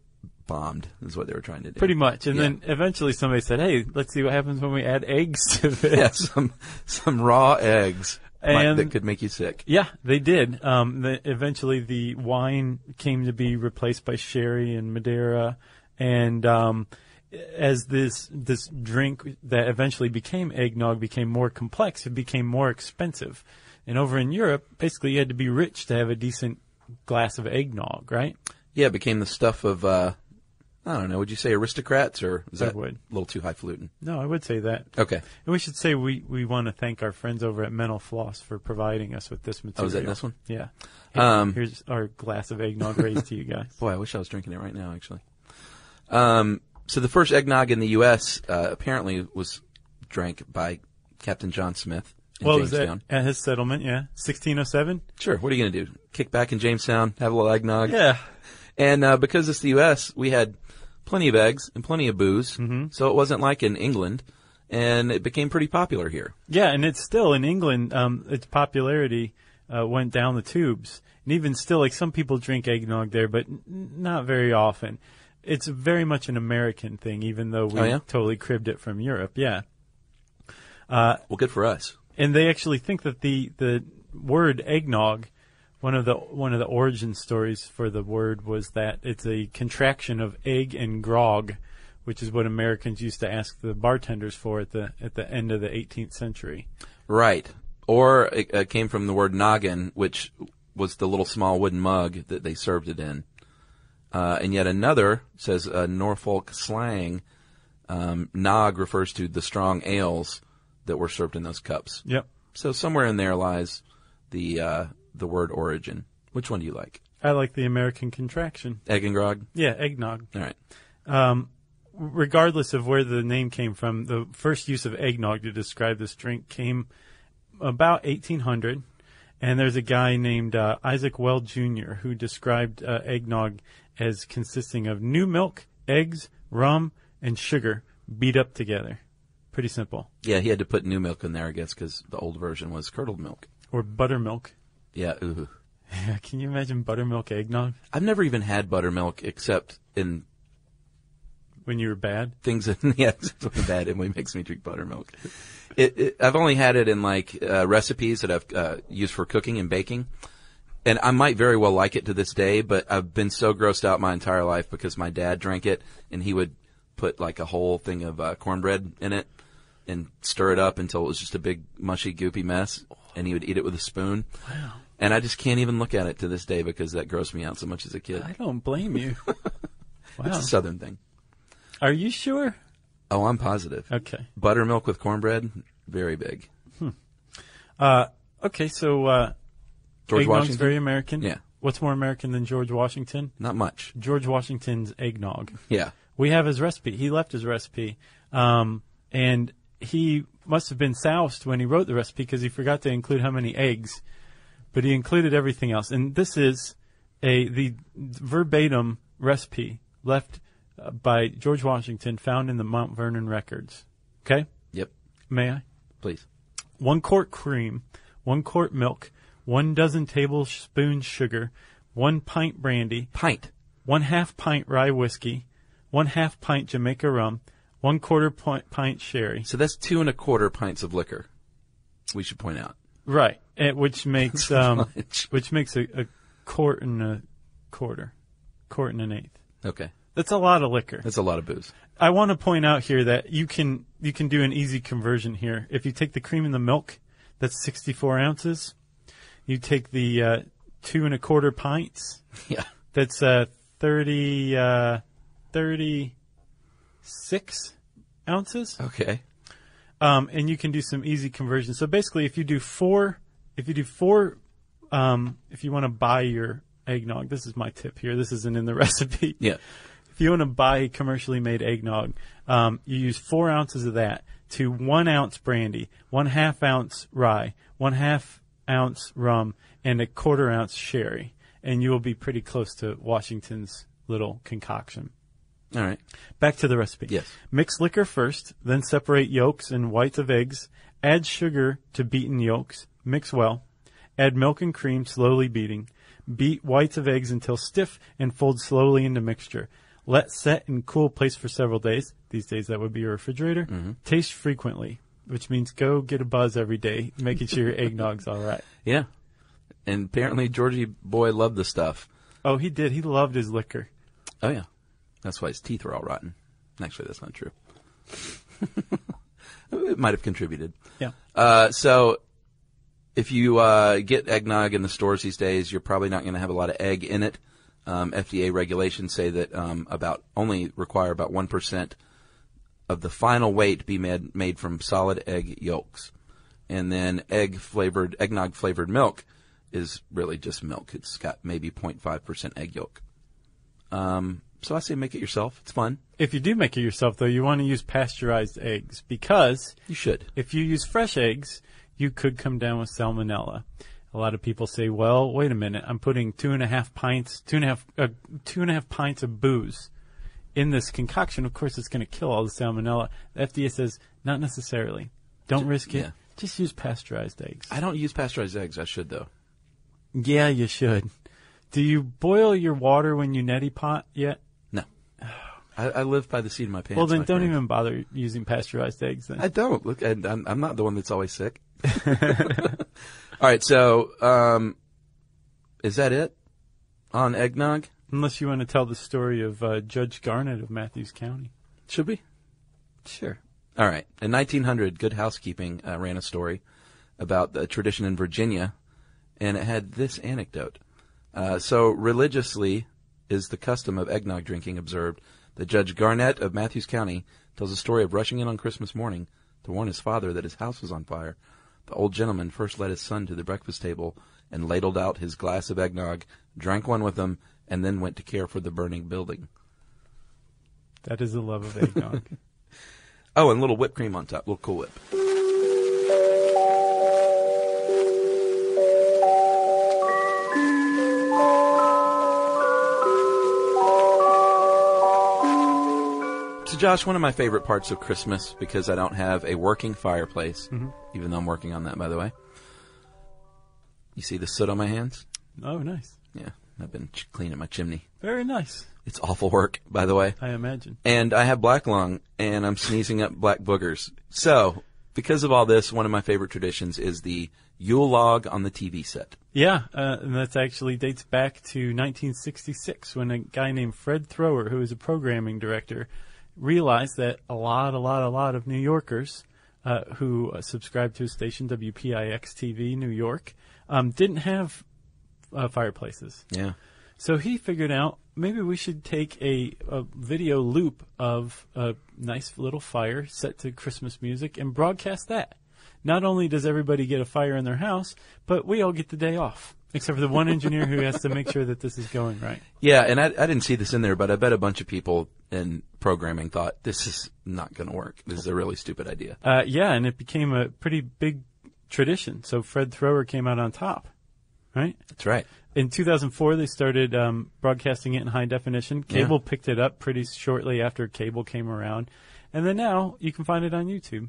Speaker 4: bombed, is what they were trying to do.
Speaker 5: Pretty much. And
Speaker 4: Yeah.
Speaker 5: then eventually somebody said, hey, let's see what happens when we add eggs to this.
Speaker 4: Yeah, some, some raw eggs might-
Speaker 5: And-
Speaker 4: that could make you sick.
Speaker 5: Yeah, they did. Um, the, eventually, the wine came to be replaced by sherry and Madeira, and um, as this this drink that eventually became eggnog became more complex, it became more expensive. And over in Europe, basically, you had to be rich to have a decent glass of eggnog, right?
Speaker 4: Yeah, it became the stuff of, uh, I don't know, would you say aristocrats or is
Speaker 5: I
Speaker 4: that
Speaker 5: would.
Speaker 4: a little too highfalutin?
Speaker 5: No, I would say that.
Speaker 4: Okay.
Speaker 5: And we should say we, we want to thank our friends over at Mental Floss for providing us with this material.
Speaker 4: Oh, is that this one?
Speaker 5: Yeah.
Speaker 4: Um,
Speaker 5: Here's our glass of eggnog raised to you guys.
Speaker 4: Boy, I wish I was drinking it right now, actually. Um, so the first eggnog in the U.S. Uh, apparently was drank by Captain John Smith in
Speaker 5: Well, was
Speaker 4: Jamestown.
Speaker 5: at, at his settlement, yeah, 1607.
Speaker 4: Sure. What are you going to do? Kick back in Jamestown, have a little eggnog?
Speaker 5: Yeah,
Speaker 4: And uh, because it's the U.S., we had plenty of eggs and plenty of booze, so it wasn't like in England, and it became pretty popular here.
Speaker 5: yeah, and it's still in England. Um, its popularity uh, went down the tubes, and even still, like some people drink eggnog there, but n- not very often. It's very much an American thing, even though we
Speaker 4: Oh, yeah?
Speaker 5: totally cribbed it from Europe. Yeah,
Speaker 4: Well, good for us.
Speaker 5: and they actually think that the the word eggnog one of the one of the origin stories for the word was that it's a contraction of egg and grog which is what Americans used to ask the bartenders for at the at the end of the 18th century.
Speaker 4: Right. Or it uh, came from the word noggin, which was the little small wooden mug that they served it in. Uh, and yet another says uh, Norfolk slang, um, nog refers to the strong ales that were served in those cups.
Speaker 5: Yep.
Speaker 4: So somewhere in there lies the uh, the word origin. Which one do you like?
Speaker 5: I like the American contraction.
Speaker 4: Egg and grog.
Speaker 5: Yeah, eggnog.
Speaker 4: All right.
Speaker 5: Um, regardless of where the name came from, the first use of eggnog to describe this drink came about 1800. And there's a guy named uh, Isaac Weld Jr. who described uh, eggnog as consisting of new milk, eggs, rum, and sugar beat up together. Pretty simple.
Speaker 4: Yeah, he had to put new milk in there, I guess, because the old version was curdled milk.
Speaker 5: Or buttermilk.
Speaker 4: Yeah. Ooh.
Speaker 5: Yeah, can you imagine buttermilk eggnog
Speaker 4: I've never even had buttermilk except in
Speaker 5: when you were bad?
Speaker 4: things in yeah, except when bad and it makes me drink buttermilk. It, it, I've only had it in like uh, recipes that I've uh, used for cooking and baking, and I might very well like it to this day. But I've been so grossed out my entire life because my dad drank it, and he would put like a whole thing of uh, cornbread in it and stir it up until it was just a big mushy goopy mess, and he would eat it with a spoon. Wow. And I just can't even look at it to this day because that grossed me out so much as a kid.
Speaker 5: I don't blame you.
Speaker 4: It's
Speaker 5: wow.
Speaker 4: a southern thing.
Speaker 5: Are you sure?
Speaker 4: Oh, I'm positive.
Speaker 5: Okay.
Speaker 4: Buttermilk with cornbread, very big.
Speaker 5: Uh, okay, so uh,
Speaker 4: George
Speaker 5: eggnog's
Speaker 4: Washington.
Speaker 5: very American.
Speaker 4: Yeah.
Speaker 5: What's more American than George Washington?
Speaker 4: Not much.
Speaker 5: George Washington's eggnog.
Speaker 4: Yeah.
Speaker 5: We have his recipe. He left his recipe, um, and he must have been soused when he wrote the recipe because he forgot to include how many eggs, but he included everything else. And this is a the verbatim recipe left uh, by George Washington, found in the Mount Vernon records. Okay,
Speaker 4: Yep.
Speaker 5: may I?
Speaker 4: Please.
Speaker 5: one quart cream, one quart milk, one dozen tablespoons sugar, one pint brandy,
Speaker 4: Pint.
Speaker 5: one half pint rye whiskey, one half pint Jamaica rum, one quarter pint, pint sherry.
Speaker 4: So that's two and a quarter pints of liquor. We should point out.
Speaker 5: Right, eh, which makes um,
Speaker 4: much.
Speaker 5: which makes a, a quart and a quarter, quart and an eighth.
Speaker 4: Okay.
Speaker 5: That's a lot of liquor.
Speaker 4: That's a lot of booze.
Speaker 5: I want to point out here that you can you can do an easy conversion here. If you take the cream and the milk, that's 64 ounces. You take the uh, two and a quarter pints,
Speaker 4: Yeah.
Speaker 5: that's uh, 30 uh, 36 ounces.
Speaker 4: Okay.
Speaker 5: Um, and you can do some easy conversions. So basically, if you do four, if you do four, um, if you want to buy your eggnog, this is my tip here. This isn't in the recipe.
Speaker 4: Yeah.
Speaker 5: If you want to buy commercially made eggnog, um, you use four ounces of that to one ounce brandy, one half ounce rye, one half ounce rum, and a quarter ounce sherry, and you will be pretty close to Washington's little concoction.
Speaker 4: All right.
Speaker 5: Back to the recipe.
Speaker 4: Yes.
Speaker 5: Mix liquor first, then separate yolks and whites of eggs. Add sugar to beaten yolks. Mix well. Add milk and cream, slowly beating. Beat whites of eggs until stiff and fold slowly into mixture. Let set in cool place for several days. These days that would be your refrigerator. Taste frequently, which means go get a buzz every day, making sure your eggnog's all right.
Speaker 4: Yeah. And apparently Georgie boy loved the stuff.
Speaker 5: Oh, he did. He loved his liquor.
Speaker 4: Oh yeah. That's why his teeth are all rotten. Actually, that's not true. it might have contributed.
Speaker 5: Yeah.
Speaker 4: Uh, so if you uh, get eggnog in the stores these days, you're probably not going to have a lot of egg in it. Um, FDA regulations say that um, about only require about one percent of the final weight be made made from solid egg yolks, and then egg flavored eggnog flavored milk is really just milk. It's got maybe 0.5 percent egg yolk. Um, so I say make it yourself. It's fun.
Speaker 5: If you do make it yourself, though, you want to use pasteurized eggs because
Speaker 4: You should.
Speaker 5: if you use fresh eggs, you could come down with salmonella. A lot of people say, well, wait a minute, I'm putting two and a half pints, two and a half, uh, two and a half pints of booze in this concoction. Of course, it's going to kill all the salmonella. The FDA says, not necessarily. Don't risk it.
Speaker 4: yeah.
Speaker 5: Just use pasteurized eggs.
Speaker 4: I don't use pasteurized eggs. I should though.
Speaker 5: yeah, you should. Do you boil your water when you neti pot yet?
Speaker 4: No. I, I live by the seat of my pants.
Speaker 5: well, then
Speaker 4: my
Speaker 5: don't
Speaker 4: friend.
Speaker 5: even bother using pasteurized eggs then.
Speaker 4: I don't. Look, and I'm, I'm not the one that's always sick. All right, so um, is that it on eggnog?
Speaker 5: Unless you want to tell the story of uh, Judge Garnett of Matthews County.
Speaker 4: Should we? Sure. All right. In 1900, Good Housekeeping uh, ran a story about the tradition in Virginia, and it had this anecdote. Uh, so religiously is the custom of eggnog drinking observed that Judge Garnett of Matthews County tells a story of rushing in on Christmas morning to warn his father that his house was on fire, The old gentleman first led his son to the breakfast table and ladled out his glass of eggnog, drank one with him, and then went to care for the burning building.
Speaker 5: That is the love of eggnog.
Speaker 4: Oh, and a little whipped cream on top, little Cool Whip. So, Josh, one of my favorite parts of Christmas, because I don't have a working fireplace, even though I'm working on that, by the way. You see the soot on my hands?
Speaker 5: oh, nice.
Speaker 4: Yeah, I've been ch- cleaning my chimney.
Speaker 5: Very nice.
Speaker 4: It's awful work, by the way.
Speaker 5: I imagine.
Speaker 4: and I have black lung and I'm sneezing up black boogers. So, because of all this, one of my favorite traditions is the Yule log on the TV set.
Speaker 5: Yeah, uh, and that actually dates back to 1966 when a guy named Fred Thrower, who was a programming director, realized that a lot, a lot, a lot of New Yorkers uh, who uh, subscribed to his station WPIX TV New York um, didn't have uh, fireplaces.
Speaker 4: Yeah.
Speaker 5: So he figured out maybe we should take a, a video loop of a nice little fire set to Christmas music and broadcast that. Not only does everybody get a fire in their house, but we all get the day off, except for the one engineer who has to make sure that this is going right.
Speaker 4: Yeah, and I, I didn't see this in there, but I bet a bunch of people in programming thought this is not going to work. This is a really stupid idea.
Speaker 5: Uh, yeah, and it became a pretty big tradition. So Fred Thrower came out on top, right?
Speaker 4: That's right.
Speaker 5: in 2004 they started um, broadcasting it in high definition cable picked it up pretty shortly after cable came around and then now you can find it on youtube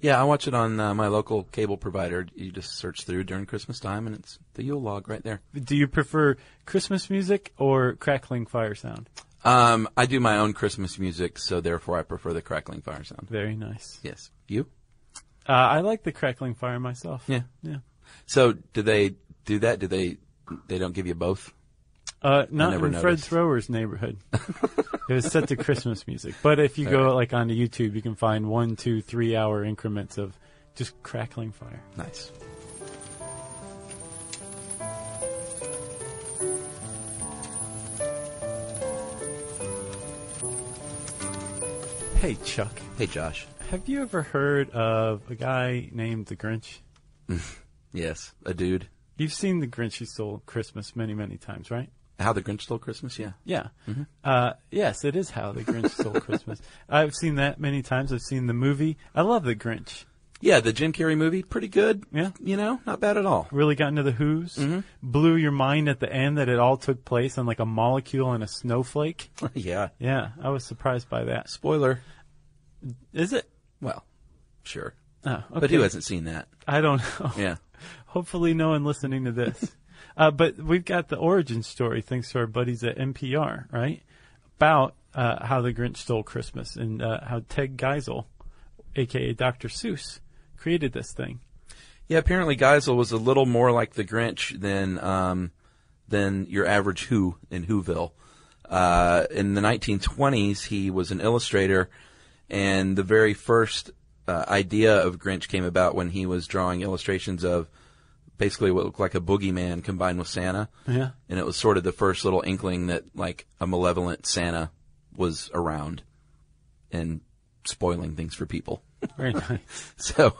Speaker 4: Yeah, I watch it on uh, my local cable provider. You just search through during Christmas time, and it's the Yule log right there.
Speaker 5: do you prefer christmas music or crackling fire sound
Speaker 4: Um, I do my own Christmas music, so therefore I prefer the crackling fire sound.
Speaker 5: very nice
Speaker 4: Yes. You?
Speaker 5: uh, i like the crackling fire myself
Speaker 4: Yeah.
Speaker 5: yeah
Speaker 4: So do they do that? Do they? They don't give you both?
Speaker 5: uh, not
Speaker 4: never
Speaker 5: in fred
Speaker 4: noticed.
Speaker 5: thrower's neighborhood it was set to christmas music but if you go like onto youtube you can find one two three hour increments of just crackling fire
Speaker 4: Nice.
Speaker 5: hey chuck
Speaker 4: Hey, Josh.
Speaker 5: have you ever heard of a guy named the grinch
Speaker 4: Yes, a dude.
Speaker 5: You've seen the Grinch Who Stole Christmas many, many times, right?
Speaker 4: How the Grinch Stole Christmas? Yeah.
Speaker 5: Yeah. Uh, yes, it is how the Grinch stole Christmas. I've seen that many times. I've seen the movie. I love the Grinch.
Speaker 4: Yeah, the Jim Carrey movie, pretty good.
Speaker 5: Yeah.
Speaker 4: You know, not bad at all.
Speaker 5: Really got into the Who's. Blew your mind at the end that it all took place on like a molecule and a snowflake.
Speaker 4: yeah.
Speaker 5: Yeah, I was surprised by that.
Speaker 4: Spoiler.
Speaker 5: Is it?
Speaker 4: Well, sure.
Speaker 5: Oh, okay.
Speaker 4: But who hasn't seen that?
Speaker 5: I don't know.
Speaker 4: Yeah.
Speaker 5: Hopefully, no one listening to this. uh, but we've got the origin story, thanks to our buddies at NPR, right? About uh, how the Grinch stole Christmas and uh, how Ted Geisel, aka Dr. Seuss, created this thing.
Speaker 4: Yeah, apparently Geisel was a little more like the Grinch than um, than your average Who in Whoville. Uh, in the 1920s, he was an illustrator, and the very first uh, idea of Grinch came about when he was drawing illustrations of basically what looked like a boogeyman combined with Santa.
Speaker 5: Yeah.
Speaker 4: And it was sort of the first little inkling that like a malevolent Santa was around and spoiling things for people.
Speaker 5: Very nice.
Speaker 4: So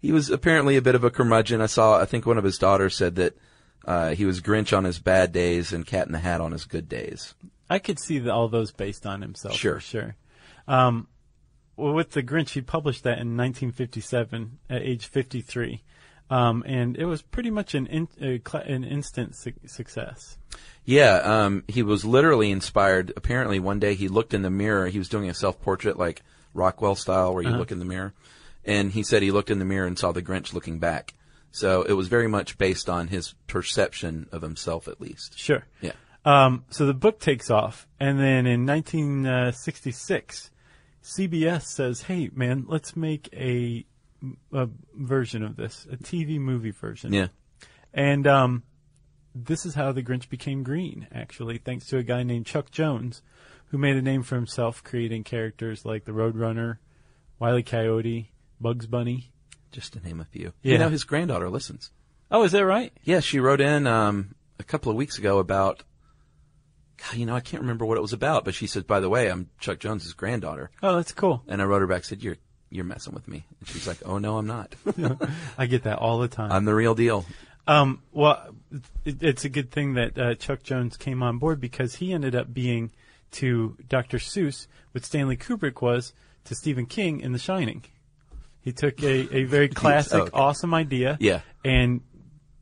Speaker 4: he was apparently a bit of a curmudgeon. I saw, I think one of his daughters said that uh, he was Grinch on his bad days and Cat in the Hat on his good days.
Speaker 5: I could see the, all those based on himself.
Speaker 4: Sure.
Speaker 5: For sure. Um, well, with the Grinch, he published that in 1957 at age 53. Um, and it was pretty much an in, uh, cla an instant su- success.
Speaker 4: Yeah, um, he was literally inspired. Apparently, one day he looked in the mirror. He was doing a self portrait, like Rockwell style, where you look in the mirror. And he said he looked in the mirror and saw the Grinch looking back. So it was very much based on his perception of himself, at least.
Speaker 5: Sure.
Speaker 4: Yeah.
Speaker 5: Um, so the book takes off, and then in 1966, CBS says, "Hey, man, let's make a, a version of this, a TV movie version."
Speaker 4: Yeah.
Speaker 5: And um, this is how the Grinch became green, actually, thanks to a guy named Chuck Jones, who made a name for himself creating characters like the Roadrunner, Wile E. Coyote, Bugs Bunny.
Speaker 4: Just to name a few.
Speaker 5: Yeah.
Speaker 4: You know, his granddaughter listens.
Speaker 5: Oh, is that right?
Speaker 4: Yeah, she wrote in um, a couple of weeks ago about, God, you know, I can't remember what it was about, but she said, by the way, I'm Chuck Jones's granddaughter.
Speaker 5: Oh, that's cool.
Speaker 4: And I wrote her back, said, you're you're messing with me. And she's like, oh no, I'm not.
Speaker 5: I get that all the time.
Speaker 4: I'm the real deal.
Speaker 5: Um, well, it, it's a good thing that uh, Chuck Jones came on board because he ended up being to Dr. Seuss what Stanley Kubrick was to Stephen King in The Shining. He took a, a very classic,
Speaker 4: okay.
Speaker 5: awesome idea
Speaker 4: Yeah.
Speaker 5: and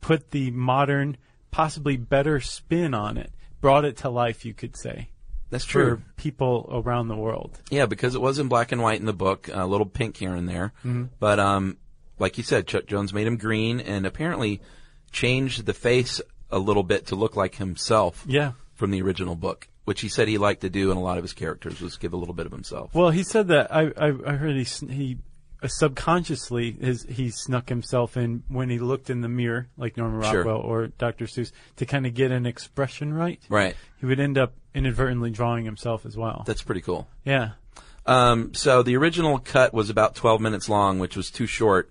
Speaker 5: put the modern, possibly better spin on it, brought it to life, you could say,
Speaker 4: That's
Speaker 5: for
Speaker 4: true.
Speaker 5: people around the world.
Speaker 4: Yeah, because it was in black and white in the book, a little pink here and there. But um, like you said, Chuck Jones made him green and apparently changed the face a little bit to look like himself
Speaker 5: Yeah.
Speaker 4: from the original book, which he said he liked to do in a lot of his characters was give a little bit of himself.
Speaker 5: Well, he said that I I, I heard he sn- he uh, subconsciously his he snuck himself in when he looked in the mirror like Norman
Speaker 4: Sure.
Speaker 5: Rockwell or Dr. Seuss to kind of get an expression right.
Speaker 4: right.
Speaker 5: He would end up inadvertently drawing himself as well.
Speaker 4: That's pretty cool.
Speaker 5: yeah.
Speaker 4: Um, so the original cut was about 12 minutes long, which was too short.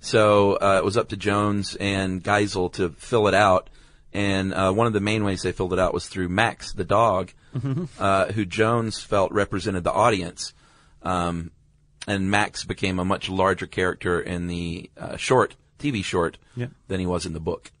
Speaker 4: So uh, it was up to Jones and Geisel to fill it out. And uh, one of the main ways they filled it out was through Max, the dog,
Speaker 5: Mm-hmm.
Speaker 4: uh, who Jones felt represented the audience. Um, and Max became a much larger character in the uh, short, TV short,
Speaker 5: Yeah.
Speaker 4: than he was in the book.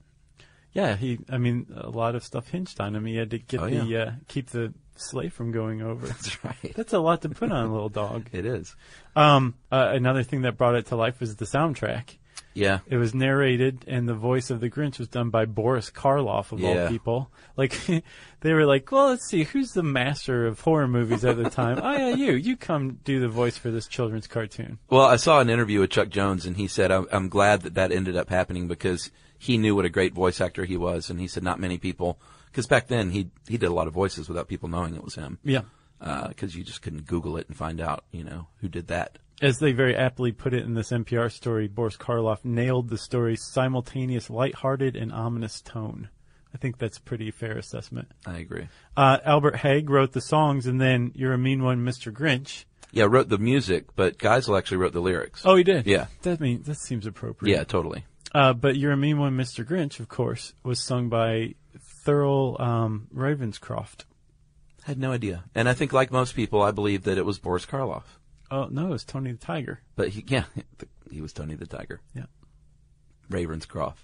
Speaker 5: Yeah, he I mean a lot of stuff hinged on him. He had to get
Speaker 4: Oh,
Speaker 5: the
Speaker 4: yeah.
Speaker 5: uh, keep the sleigh from going over.
Speaker 4: That's right.
Speaker 5: That's a lot to put on a little dog.
Speaker 4: It is.
Speaker 5: Um uh, another thing that brought it to life was the soundtrack.
Speaker 4: Yeah.
Speaker 5: It was narrated, and the voice of the Grinch was done by Boris Karloff of all
Speaker 4: Yeah.
Speaker 5: people. Like they were like, "Well, let's see, who's the master of horror movies at the time? oh yeah, you. You come do the voice for this children's cartoon."
Speaker 4: Well, I saw an interview with Chuck Jones, and he said, I'm, I'm glad that that ended up happening because he knew what a great voice actor he was. And he said, not many people, because back then he, he did a lot of voices without people knowing it was him.
Speaker 5: Yeah,
Speaker 4: Because you just couldn't Google it and find out, you know, who did that.
Speaker 5: as they very aptly put it in this NPR story, Boris Karloff nailed the story's simultaneous lighthearted and ominous tone. I think that's a pretty fair assessment.
Speaker 4: I agree.
Speaker 5: Uh, Albert Haig wrote the songs, and then "You're a Mean One, Mr. Grinch."
Speaker 4: Yeah, wrote the music, but Geisel actually wrote the lyrics.
Speaker 5: Oh, he did.
Speaker 4: Yeah.
Speaker 5: that mean that seems appropriate.
Speaker 4: yeah, totally.
Speaker 5: Uh, but You're a Mean One, Mr. Grinch, of course, was sung by Thurl um, Ravenscroft.
Speaker 4: Had no idea. And I think, like most people, I believe that it was Boris Karloff.
Speaker 5: Oh, no, it was Tony the Tiger.
Speaker 4: But he, yeah, he was Tony the Tiger.
Speaker 5: Yeah.
Speaker 4: Ravenscroft.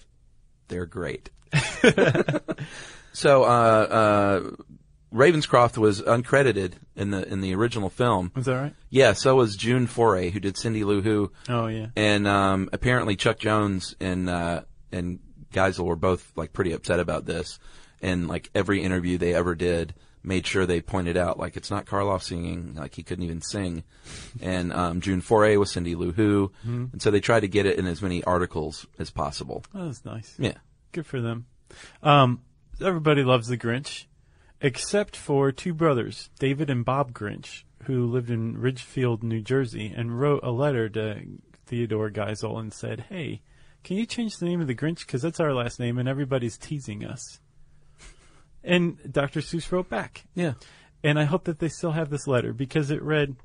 Speaker 4: They're great. so uh, uh, Ravenscroft was uncredited in the in the original film.
Speaker 5: Is that right?
Speaker 4: Yeah, so was June Foray, who did Cindy Lou Who,
Speaker 5: Oh, yeah.
Speaker 4: and um, apparently Chuck Jones and uh, and Geisel were both like pretty upset about this, and like every interview they ever did made sure they pointed out like it's not Karloff singing, like he couldn't even sing, and um, June Foray was Cindy Lou Who, and so they tried to get it in as many articles as possible.
Speaker 5: That was nice.
Speaker 4: Yeah.
Speaker 5: Good for them. Um, everybody loves the Grinch, except for two brothers, David and Bob Grinch, who lived in Ridgefield, New Jersey, and wrote a letter to Theodore Geisel and said, Hey, can you change the name of the Grinch? Because that's our last name, and everybody's teasing us. And Dr. Seuss wrote back,
Speaker 4: Yeah.
Speaker 5: and I hope that they still have this letter because it read,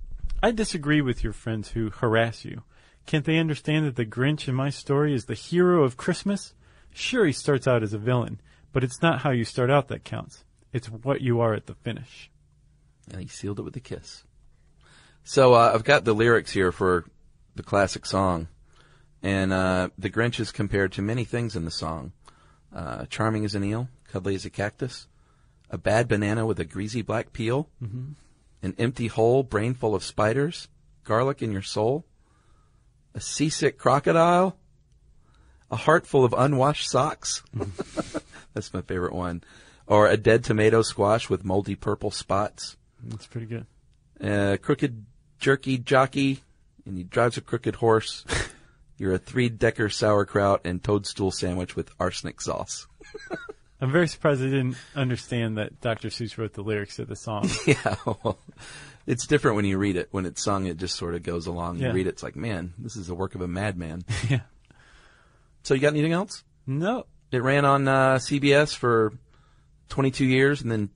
Speaker 5: I disagree with your friends who harass you. Can't they understand that the Grinch in my story is the hero of Christmas? Sure, he starts out as a villain, but it's not how you start out that counts. It's what you are at the finish.
Speaker 4: And he sealed it with a kiss. So uh, I've got the lyrics here for the classic song. And uh, the Grinch is compared to many things in the song. Uh, charming as an eel, cuddly as a cactus, a bad banana with a greasy black peel, an empty hole, brain full of spiders, garlic in your soul, a seasick crocodile, a heart full of unwashed socks. That's my favorite one. Or a dead tomato squash with moldy purple spots
Speaker 5: That's pretty good.
Speaker 4: uh, crooked jerky jockey, and he drives a crooked horse. You're a three decker sauerkraut and toadstool sandwich with arsenic sauce.
Speaker 5: I'm very surprised I didn't understand that Dr. Seuss wrote the lyrics of the song.
Speaker 4: Yeah, well, it's different when you read it. When it's sung, it just sort of goes along.
Speaker 5: Yeah.
Speaker 4: You read it, it's like, man, this is the work of a madman.
Speaker 5: yeah.
Speaker 4: so you got anything else?
Speaker 5: No.
Speaker 4: It ran on uh, CBS for 22 years, and then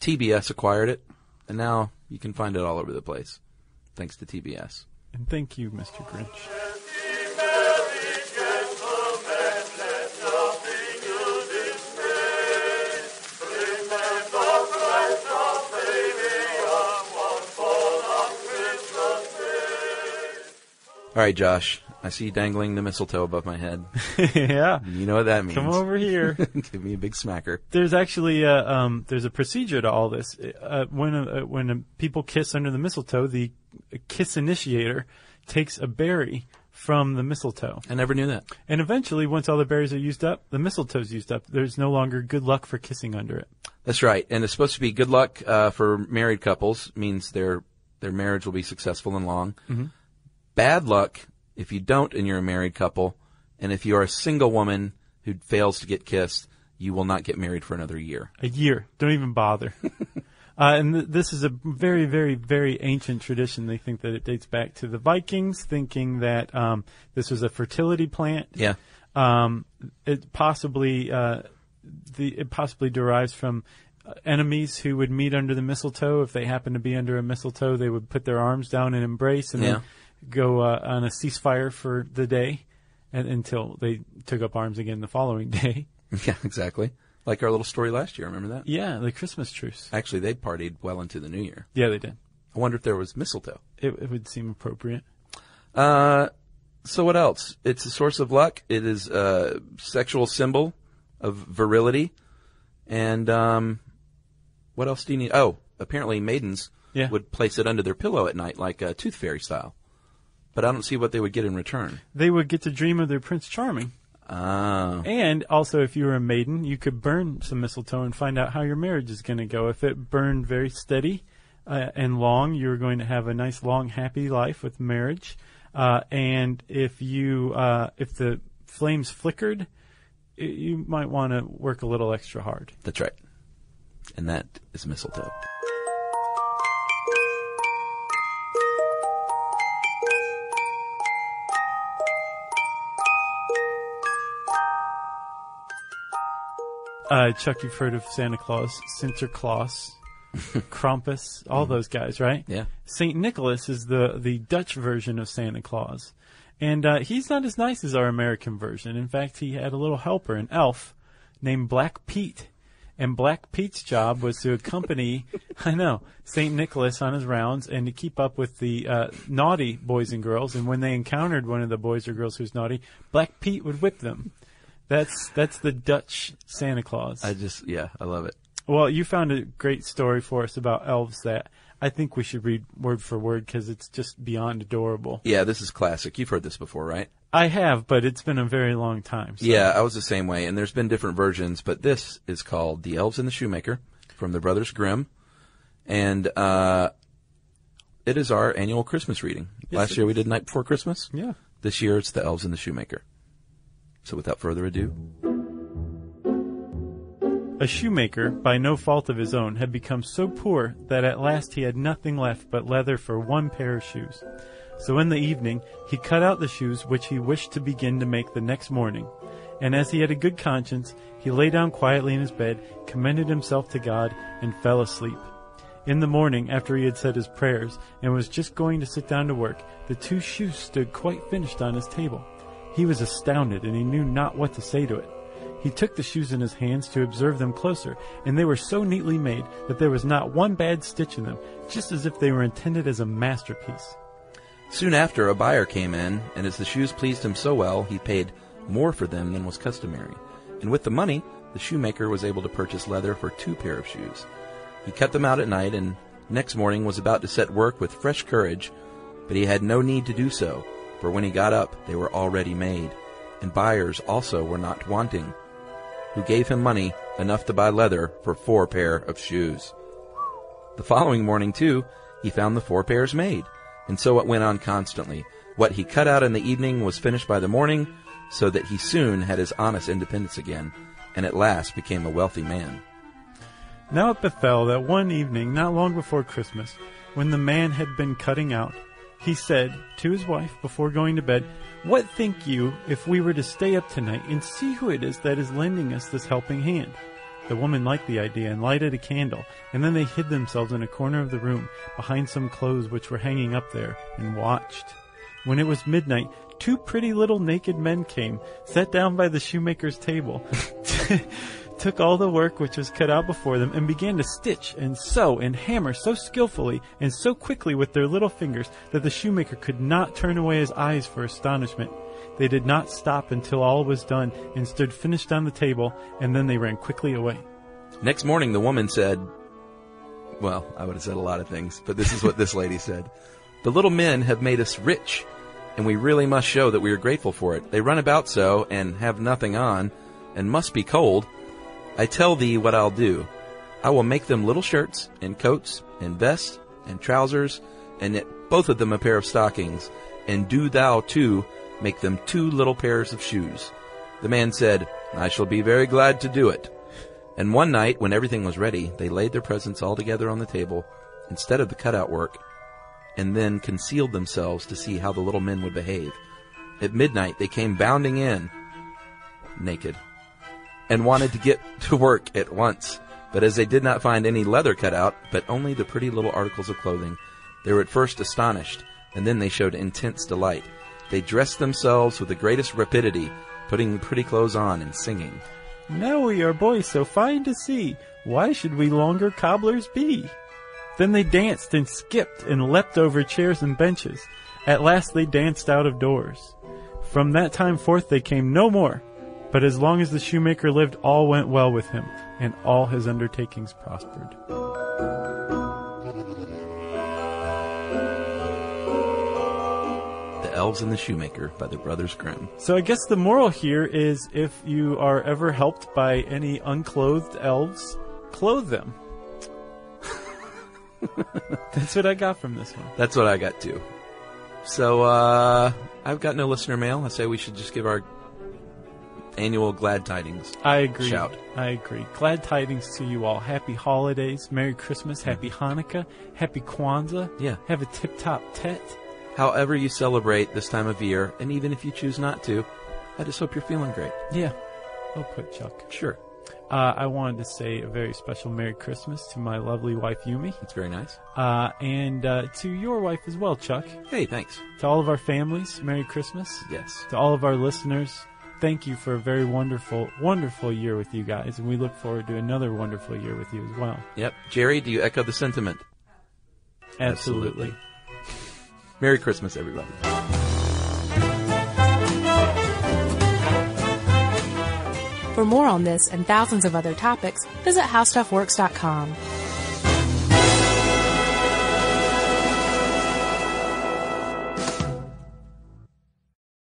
Speaker 4: TBS acquired it, and now you can find it all over the place, thanks to TBS.
Speaker 5: And thank you, Mr. Grinch.
Speaker 4: All right, Josh. I see you dangling the mistletoe above my head.
Speaker 5: yeah.
Speaker 4: You know what that means.
Speaker 5: Come over here.
Speaker 4: Give me a big smacker.
Speaker 5: there's actually a, um, there's a procedure to all this. Uh, when uh when uh people kiss under the mistletoe, the kiss initiator takes a berry from the mistletoe,
Speaker 4: I never knew that.
Speaker 5: and eventually, once all the berries are used up, the mistletoe's used up. There's no longer good luck for kissing under it.
Speaker 4: That's right. And it's supposed to be good luck uh, for married couples. Means their their marriage will be successful and long. Bad luck if you don't and you're a married couple, and if you are a single woman who fails to get kissed, you will not get married for another year.
Speaker 5: A year. Don't even bother. uh, and th- this is a very, very, very ancient tradition. They think that it dates back to the Vikings, thinking that um, this was a fertility plant.
Speaker 4: Yeah.
Speaker 5: Um, it possibly uh, the it possibly derives from uh, enemies who would meet under the mistletoe. If they happened to be under a mistletoe, they would put their arms down and embrace, and then go uh, on a ceasefire for the day, and, until they took up arms again the following day.
Speaker 4: Yeah, exactly. Like our little story last year. Remember that?
Speaker 5: Yeah, the Christmas truce.
Speaker 4: Actually, they partied well into the new year.
Speaker 5: Yeah, they did.
Speaker 4: I wonder if there was mistletoe.
Speaker 5: It, it would seem appropriate.
Speaker 4: Uh, so what else? It's a source of luck. It is a sexual symbol of virility. And um, what else do you need? Oh, apparently maidens
Speaker 5: Yeah.
Speaker 4: would place it under their pillow at night, like uh, tooth fairy style. But I don't see what they would get in return.
Speaker 5: They would get to dream of their Prince Charming.
Speaker 4: Oh,
Speaker 5: And also, if you were a maiden, you could burn some mistletoe and find out how your marriage is going to go. If it burned very steady uh, and long, you were going to have a nice, long, happy life with marriage. Uh, and if you, uh, if the flames flickered, i you might want to work a little extra hard.
Speaker 4: that's right. And that is mistletoe.
Speaker 5: Uh, Chuck, you've heard of Santa Claus, Sinterklaas, Krampus, all those guys, right?
Speaker 4: Yeah.
Speaker 5: Saint Nicholas is the the Dutch version of Santa Claus, and uh, he's not as nice as our American version. In fact, he had a little helper, an elf named Black Pete, and Black Pete's job was to accompany, I know, Saint Nicholas on his rounds and to keep up with the uh, naughty boys and girls. And when they encountered one of the boys or girls who's naughty, Black Pete would whip them. That's that's the Dutch Santa Claus.
Speaker 4: I just, yeah, I love it.
Speaker 5: Well, you found a great story for us about elves that I think we should read word for word because it's just beyond adorable.
Speaker 4: Yeah, this is classic. You've heard this before, right?
Speaker 5: I have, but it's been a very long time. So.
Speaker 4: Yeah, I was the same way, and there's been different versions, but this is called The Elves and the Shoemaker from the Brothers Grimm, and uh, it is our annual Christmas reading. Last year we did Night Before Christmas.
Speaker 5: Yeah.
Speaker 4: This year it's The Elves and the Shoemaker. So without further ado,
Speaker 5: A shoemaker, by no fault of his own, had become so poor that at last he had nothing left but leather for one pair of shoes. So in the evening, he cut out the shoes which he wished to begin to make the next morning. And as he had a good conscience, he lay down quietly in his bed, commended himself to God, and fell asleep. In the morning, after he had said his prayers and was just going to sit down to work, the two shoes stood quite finished on his table. He was astounded and he knew not what to say to it. He took the shoes in his hands to observe them closer, and they were so neatly made that there was not one bad stitch in them, just as if they were intended as a masterpiece.
Speaker 4: soon after a buyer came in, and as the shoes pleased him so well, he paid more for them than was customary. And with the money, the shoemaker was able to purchase leather for two pair of shoes. He cut them out at night and next morning was about to set work with fresh courage, but he had no need to do so, for when he got up, they were already made, and buyers also were not wanting, who gave him money enough to buy leather for four pair of shoes. The following morning, too, he found the four pairs made, and so it went on constantly. What he cut out in the evening was finished by the morning, so that he soon had his honest independence again, and at last became a wealthy man.
Speaker 5: Now it befell that one evening, not long before Christmas, when the man had been cutting out, he said to his wife before going to bed, What think you if we were to stay up tonight and see who it is that is lending us this helping hand? The woman liked the idea and lighted a candle, and then they hid themselves in a corner of the room behind some clothes which were hanging up there and watched. When it was midnight, two pretty little naked men came, sat down by the shoemaker's table, took all the work which was cut out before them and began to stitch and sew and hammer so skillfully and so quickly with their little fingers that the shoemaker could not turn away his eyes for astonishment. They did not stop until all was done and stood finished on the table, and then they ran quickly away.
Speaker 4: Next morning, the woman said, Well, I would have said a lot of things, but this is what this lady said. The little men have made us rich, and we really must show that we are grateful for it. They run about so, and have nothing on, and must be cold. I tell thee what I'll do. I will make them little shirts, and coats, and vests, and trousers, and knit both of them a pair of stockings, and do thou too make them two little pairs of shoes. The man said, I shall be very glad to do it. And one night, when everything was ready, they laid their presents all together on the table, instead of the cutout work, and then concealed themselves to see how the little men would behave. At midnight, they came bounding in, naked, and wanted to get to work at once. But as they did not find any leather cut out, but only the pretty little articles of clothing, they were at first astonished, and then they showed intense delight. They dressed themselves with the greatest rapidity, putting pretty clothes on and singing.
Speaker 5: Now we are boys so fine to see. Why should we longer cobblers be? Then they danced and skipped and leapt over chairs and benches. At last they danced out of doors. From that time forth they came no more. But as long as the shoemaker lived, all went well with him, and all his undertakings prospered.
Speaker 4: The Elves and the Shoemaker by the Brothers Grimm.
Speaker 5: So I guess the moral here is if you are ever helped by any unclothed elves, clothe them. That's what I got from this one.
Speaker 4: That's what I got too. So uh, I've got no listener mail. I say we should just give our annual glad tidings.
Speaker 5: I agree.
Speaker 4: Shout.
Speaker 5: I agree. Glad tidings to you all. Happy holidays. Merry Christmas. Happy Hanukkah. Happy Kwanzaa.
Speaker 4: Yeah.
Speaker 5: Have a tip top tet.
Speaker 4: However you celebrate this time of year, and even if you choose not to, I just hope you're feeling great.
Speaker 5: Yeah. Well put, Chuck.
Speaker 4: Sure,
Speaker 5: Uh, I wanted to say a very special Merry Christmas to my lovely wife, Yumi,
Speaker 4: that's very nice.
Speaker 5: uh, and uh, to your wife as well, Chuck.
Speaker 4: Hey, thanks.
Speaker 5: To all of our families, Merry Christmas.
Speaker 4: Yes,
Speaker 5: To all of our listeners, thank you for a very wonderful, wonderful year with you guys, and we look forward to another wonderful year with you as well.
Speaker 4: yep. Jerry, do you echo the sentiment?
Speaker 5: Absolutely.
Speaker 4: Merry Christmas, everybody.
Speaker 3: For more on this and thousands of other topics, visit howstuffworks.com.